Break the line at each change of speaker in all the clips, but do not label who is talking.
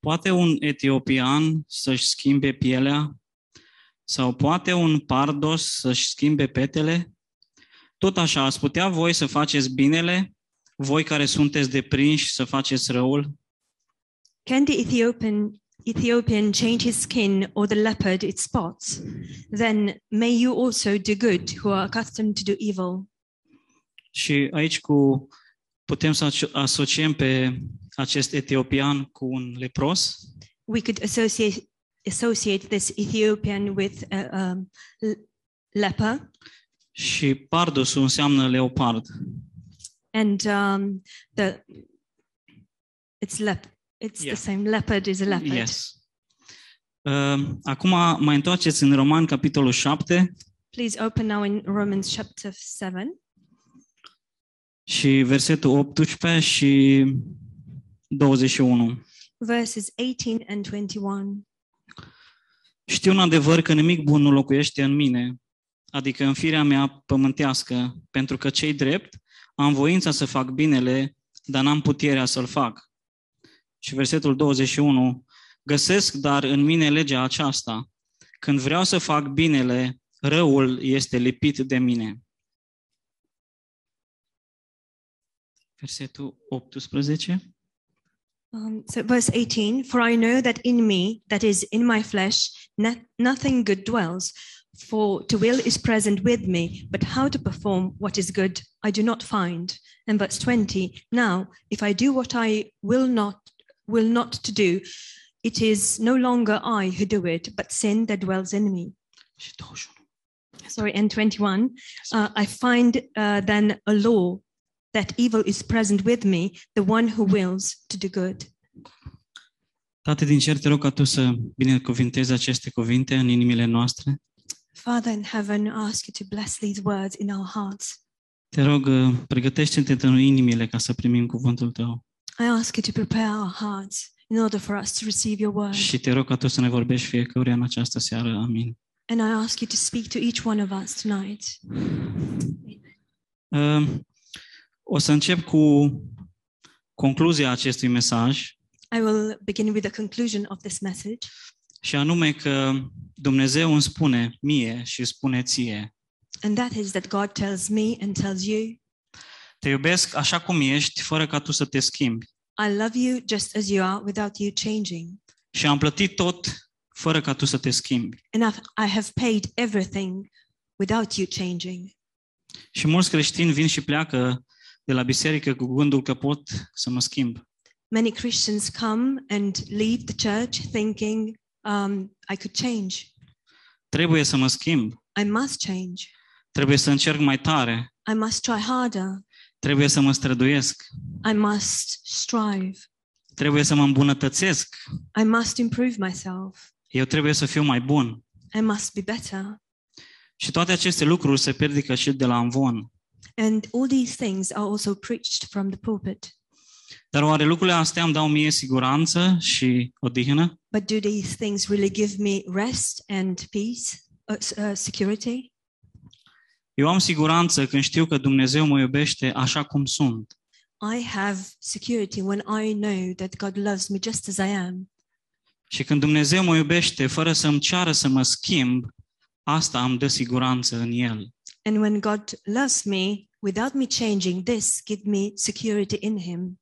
Poate un etiopian să-și schimbe pielea? Sau poate un pardos să-și schimbe petele? Tot așa, ați putea voi să faceți binele, voi care sunteți deprinși să faceți răul?
Can the Ethiopian Ethiopian change his skin or the leopard its spots? Then may you also do good who are accustomed to do evil.
Și aici cu putem să aso- asociem pe acest etiopian cu un lepros
We could associate associate this Ethiopian with a um, l- leper,
și pardosul înseamnă leopard.
and um, the it's lep it's
Yeah.
the same leopard is a leopard.
Yes. Uh, Acum mai întoarceți în Roman, capitolul 7
Please open now in Romans chapter seven
și versetul 18 și 21.
verses 18 and 21.
Știu în adevăr că nimic bun nu locuiește în mine, adică în firea mea pământească, pentru că cei drept am voința să fac binele, dar n-am puterea să-l fac. Și versetul 21, găsesc dar în mine legea aceasta, când vreau să fac binele, răul este lipit de mine. Versetul 18.
Um, so, verse 18 For I know that in me, that is, in my flesh, no- nothing good dwells. For to will is present with me, but how to perform what is good I do not find. And verse 20 Now, if I do what I will not, will not to do, it is no longer I who do it, but sin that dwells in me.
Și 21.
Sorry, and 21 uh, I find uh, then a law that evil is present with me, the one who wills to do good.
Tată din cer, te rog ca tu să binecuvintezi aceste cuvinte în inimile noastre.
Father in heaven, I ask you to bless these words in our hearts.
Te rog, uh, pregătește-te în inimile ca să primim cuvântul tău
I ask you to prepare our hearts in order for us to receive your word.
și te rog ca tu să ne vorbești fiecăruia în această seară. Amin.
And I ask you to speak to each one of us tonight.
Uh, O să încep cu concluzia acestui mesaj
I will begin with the conclusion of this message,
și anume că Dumnezeu îmi spune mie și îmi spune ție.
and that is that God tells me and tells you,
Te iubesc așa cum ești, fără ca tu să te schimbi.
I love you just as you are without you changing.
Și am plătit tot fără ca tu să te schimbi.
And I've, I have paid everything without you changing.
Și mulți creștini vin și pleacă de la biserică cu gândul că pot să mă schimb.
Many Christians come and leave the church thinking, um, I could change.
Trebuie să mă schimb.
I must change.
Trebuie să încerc mai tare.
I must try harder.
Trebuie să mă străduiesc.
I must strive.
Trebuie să mă îmbunătățesc.
I must improve myself.
Eu trebuie să fiu mai bun.
I must be better.
Și toate aceste lucruri se perdică și de la amvon.
And all these things are also preached from the pulpit.
Dar oare lucrurile astea îmi dau mie siguranță și odihnă?
But do these things really give me rest and peace, uh, s- uh, security?
Eu am siguranță când știu că Dumnezeu mă iubește așa cum sunt.
I have security when I know that God loves me just as I am.
Și când Dumnezeu mă iubește fără să-mi ceară să mă schimb, asta îmi dă siguranță în El.
And when God loves me without me changing, this gives me security in Him.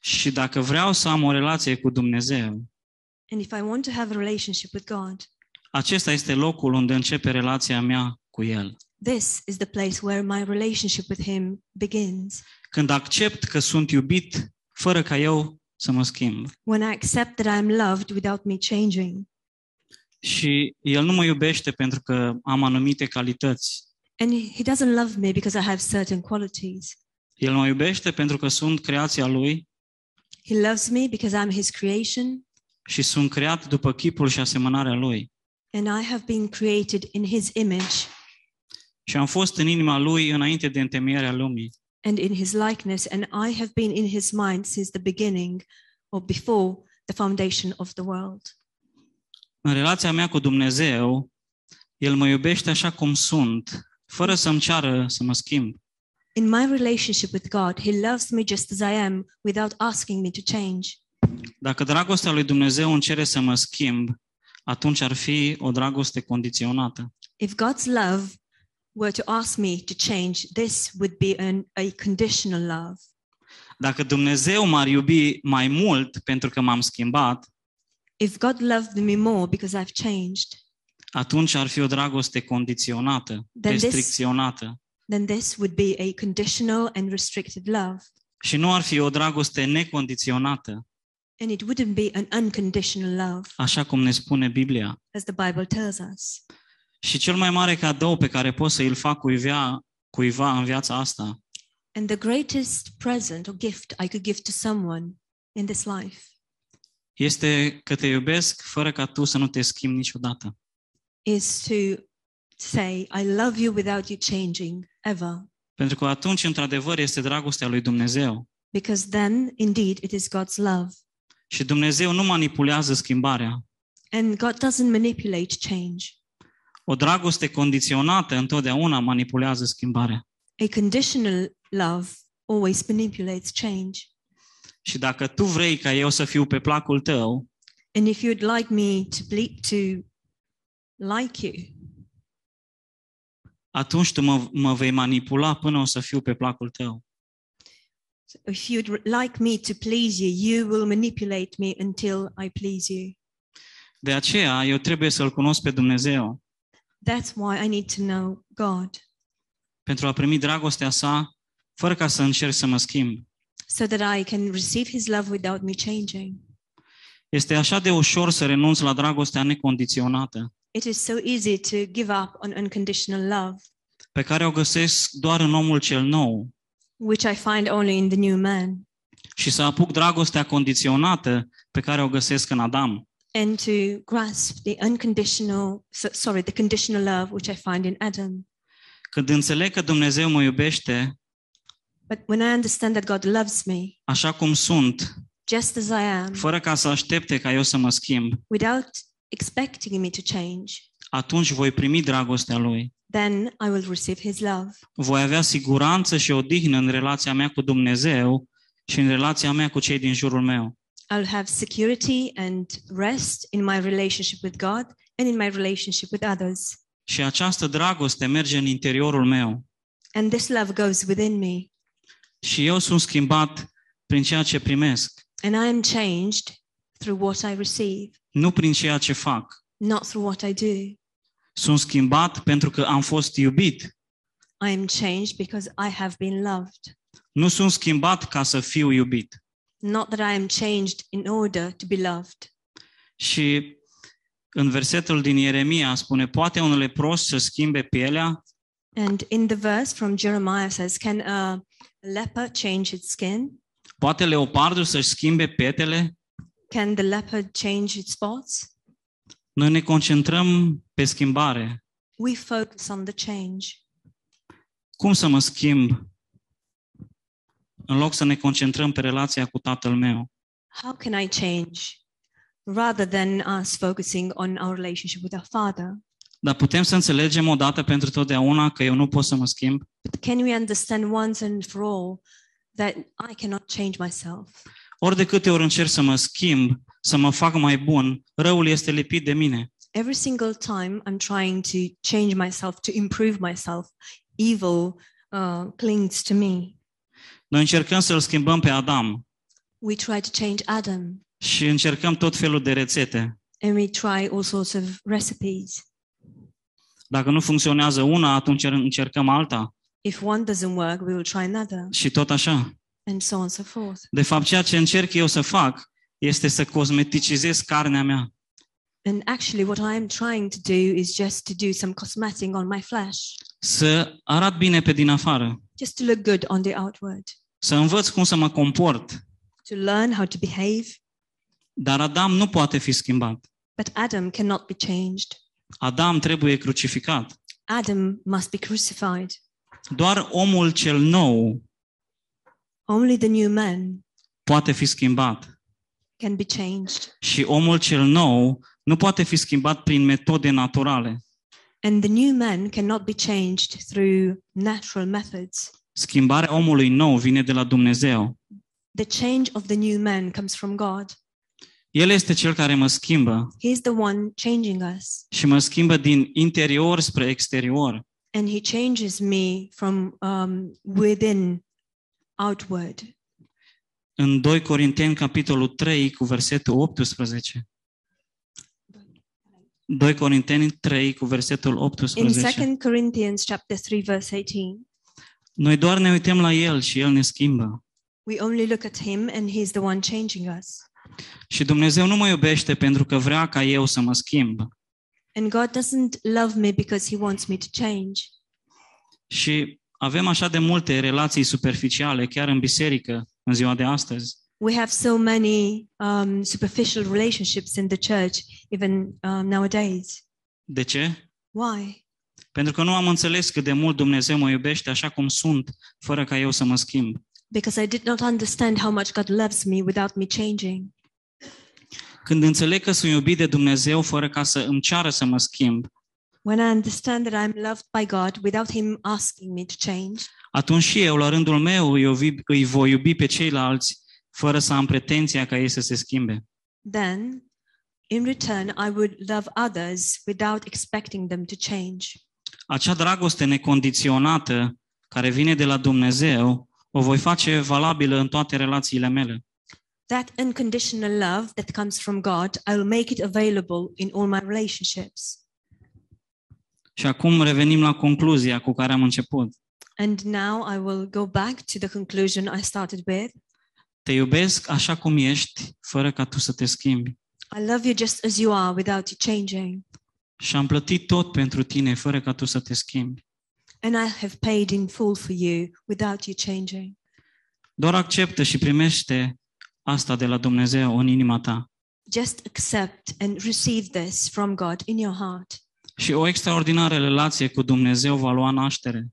Și dacă vreau să am o relație cu Dumnezeu,
And if I want to have a relationship with God,
acesta este locul unde începe relația mea cu El.
this is the place where my relationship with Him begins.
când accept că sunt iubit fără ca eu să mă schimb.
when I accept that I am loved without me changing.
Și el nu mă iubește pentru că am anumite calități.
And He doesn't love me because I have certain qualities.
El mă iubește pentru că sunt creația lui
He loves me because I'm His creation
și sunt creat după chipul și asemănarea lui.
and I have been created in His image
Și am fost în inima lui înainte de întemeierea lumii.
and in His likeness, and I have been in His mind since the beginning or before the foundation of the world.
În relația mea cu Dumnezeu, el mă iubește așa cum sunt, fără să-mi ceară să mă schimb.
In my relationship with God, He loves me just as I am without asking me to change.
Dacă dragostea lui Dumnezeu îmi cere să mă schimb, atunci ar fi o dragoste condiționată.
If God's love were to ask me to change, this would be an, a conditional love.
Dacă Dumnezeu m-ar iubi mai mult pentru că m-am schimbat,
If God loved me more because I've changed,
atunci ar fi o dragoste condiționată,
Then this-
restricționată.
then this would be a conditional and restricted love,
Și nu ar fi o dragoste necondiționată,
and it wouldn't be an unconditional love,
așa cum ne spune Biblia.
as the Bible tells us.
Și cel mai mare cadou pe care pot să îl fac cuivea, cuiva în viața asta
And the greatest present or gift I could give to someone in this life
este că te iubesc fără ca tu să nu te schimbi niciodată.
is to say, I love you without you changing ever.
Pentru că atunci, într-adevăr, este dragostea lui Dumnezeu.
Because then, indeed, it is God's love.
Și Dumnezeu nu manipulează schimbarea.
And God doesn't manipulate change.
O dragoste condiționată întotdeauna manipulează schimbarea.
A conditional love always manipulates change.
Și dacă tu vrei ca eu să fiu pe placul tău,
And if you'd like me to ble- to like you,
atunci tu mă, mă vei manipula până o să fiu pe placul tău.
if you'd r- like me to please you, you will manipulate me until I please you.
De aceea, eu trebuie să-L cunosc pe Dumnezeu
That's why I need to know God
pentru a primi dragostea sa, fără ca să încerc să mă schimb.
so that I can receive his love without me changing.
Este așa de ușor să renunți la dragostea necondiționată,
It is so easy to give up on unconditional love,
pe care o găsesc doar în omul cel nou,
which I find only in the new man,
și să apuc dragostea condiționată pe care o găsesc în Adam.
and to grasp the unconditional, so, sorry, the conditional love which I find in Adam.
Când înțeleg că Dumnezeu mă iubește
But when I understand that God loves me
așa cum sunt,
just as I am,
fără ca să aștepte ca eu să mă schimb,
without expecting me to change,
atunci voi primi dragostea Lui.
then I will receive his love.
Voi avea siguranță și odihnă în relația mea cu Dumnezeu și în relația mea cu cei din jurul meu.
I'll have security and rest in my relationship with God and in my relationship with others.
Și această dragoste merge în interiorul meu.
And this love goes within me,
Și eu sunt schimbat prin ceea ce primesc,
and I am changed through what I receive,
nu prin ceea ce fac.
not through what I do.
Sunt schimbat pentru că am fost iubit.
I am changed because I have been loved,
Nu sunt schimbat ca să fiu iubit.
not that I am changed in order to be loved.
Și în versetul din Ieremia spune, poate un lepros să schimbe pielea?
And in the verse from Jeremiah says, Can a leper change its skin?
Poate leopardul să-și schimbe petele?
Can the leopard change its spots?
Noi ne concentrăm pe schimbare.
We focus on the change.
Cum să mă schimb? În loc să ne concentrăm pe relația cu tatăl meu.
How can I change? Rather than us focusing on our relationship with our Father.
Dar putem să înțelegem odată pentru totdeauna că eu nu pot să mă schimb?
But can we understand once and for all that I cannot change myself?
Ori de câte ori încerc să mă schimb, să mă fac mai bun, răul este lipit de mine.
Every single time I'm trying to change myself, to improve myself, evil uh, clings to me.
Noi încercăm să-l schimbăm pe Adam
We try to change Adam
și încercăm tot felul de rețete.
and we try all sorts of recipes.
Dacă nu funcționează una, atunci încercăm alta
If one doesn't work, we will try another,
și tot așa.
and so on and so forth.
De fapt, ceea ce încerc eu să fac este să cosmeticizez carnea mea.
And actually, what I am trying to do is just to do some cosmetic on my flesh,
să arat bine pe din afară,
just to look good on the outward,
să învăț cum să mă comport.
to learn how to behave.
Dar Adam nu poate fi schimbat.
But Adam cannot be changed.
Adam trebuie crucificat.
Adam must be crucified.
Doar omul cel nou
Only the new man
poate fi schimbat.
can be changed.
Și omul cel nou nu poate fi schimbat prin metode naturale.
And the new man cannot be changed through natural methods.
Schimbarea omului nou vine de la Dumnezeu.
The change of the new man comes from God.
El este cel care mă schimbă
He's the one changing us.
și mă schimbă din interior spre exterior.
And He changes me from um, within outward.
În 2 Corinteni, capitolul 3, cu versetul 18. 2 Corinteni 3, cu versetul
In
18.
2 Corinthians chapter 3 verse 18,
Noi doar ne uităm la El și El ne schimbă.
we only look at him and he's the one changing us.
Și Dumnezeu nu mă iubește pentru că vrea ca eu să mă schimb.
And God doesn't love me because he wants me to change.
Și avem așa de multe relații superficiale, chiar în biserică, în ziua de astăzi.
We have so many um, superficial relationships in the church, even um, nowadays.
De ce?
Why?
Pentru că nu am înțeles cât de mult Dumnezeu mă iubește așa cum sunt, fără ca eu să mă schimb.
Because I did not understand how much God loves me without me changing.
Când înțeleg că sunt iubit de Dumnezeu fără ca să îmi ceară să mă schimb,
When I understand that I'm loved by God without Him asking me to change,
atunci și eu, la rândul meu, îi ovi- îi voi iubi pe ceilalți fără să am pretenția ca ei să se schimbe.
then in return, I would love others without expecting them to change.
Acea dragoste necondiționată care vine de la Dumnezeu o voi face valabilă în toate relațiile mele.
That unconditional love that comes from God, I will make it available in all my relationships.
Și acum revenim la concluzia cu care am început.
And now I will go back to the conclusion I started with.
Te iubesc așa cum ești, fără ca tu să te schimbi.
I love you just as you are without you changing.
Și am plătit tot pentru tine, fără ca tu să te schimbi.
And I have paid in full for you without you changing.
Doar acceptă și primește asta de la Dumnezeu în inima ta.
Just accept and receive this from God in your heart.
Și o extraordinară relație cu Dumnezeu va lua naștere.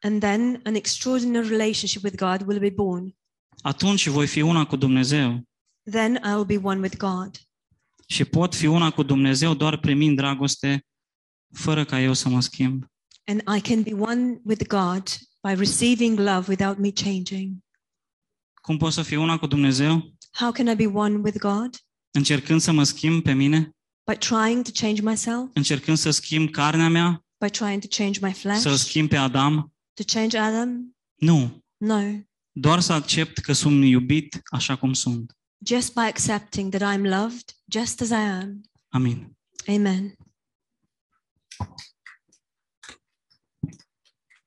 And then an extraordinary relationship with God will be born.
Atunci voi fi una cu Dumnezeu.
Then I will be one with God.
Și pot fi una cu Dumnezeu doar primind dragoste, fără ca eu să mă schimb.
And I can be one with God by receiving love without me changing.
Cum pot să fiu una cu Dumnezeu?
How can I be one with God?
Încercând să mă schimb pe mine?
By trying to change myself,
Încercând să schimb carnea mea?
by trying to change my flesh,
Să-l schimb pe Adam?
to change Adam?
Nu.
No.
Doar să accept că sunt iubit așa cum sunt.
Just by accepting that I'm loved just as I am.
Amin.
Amen.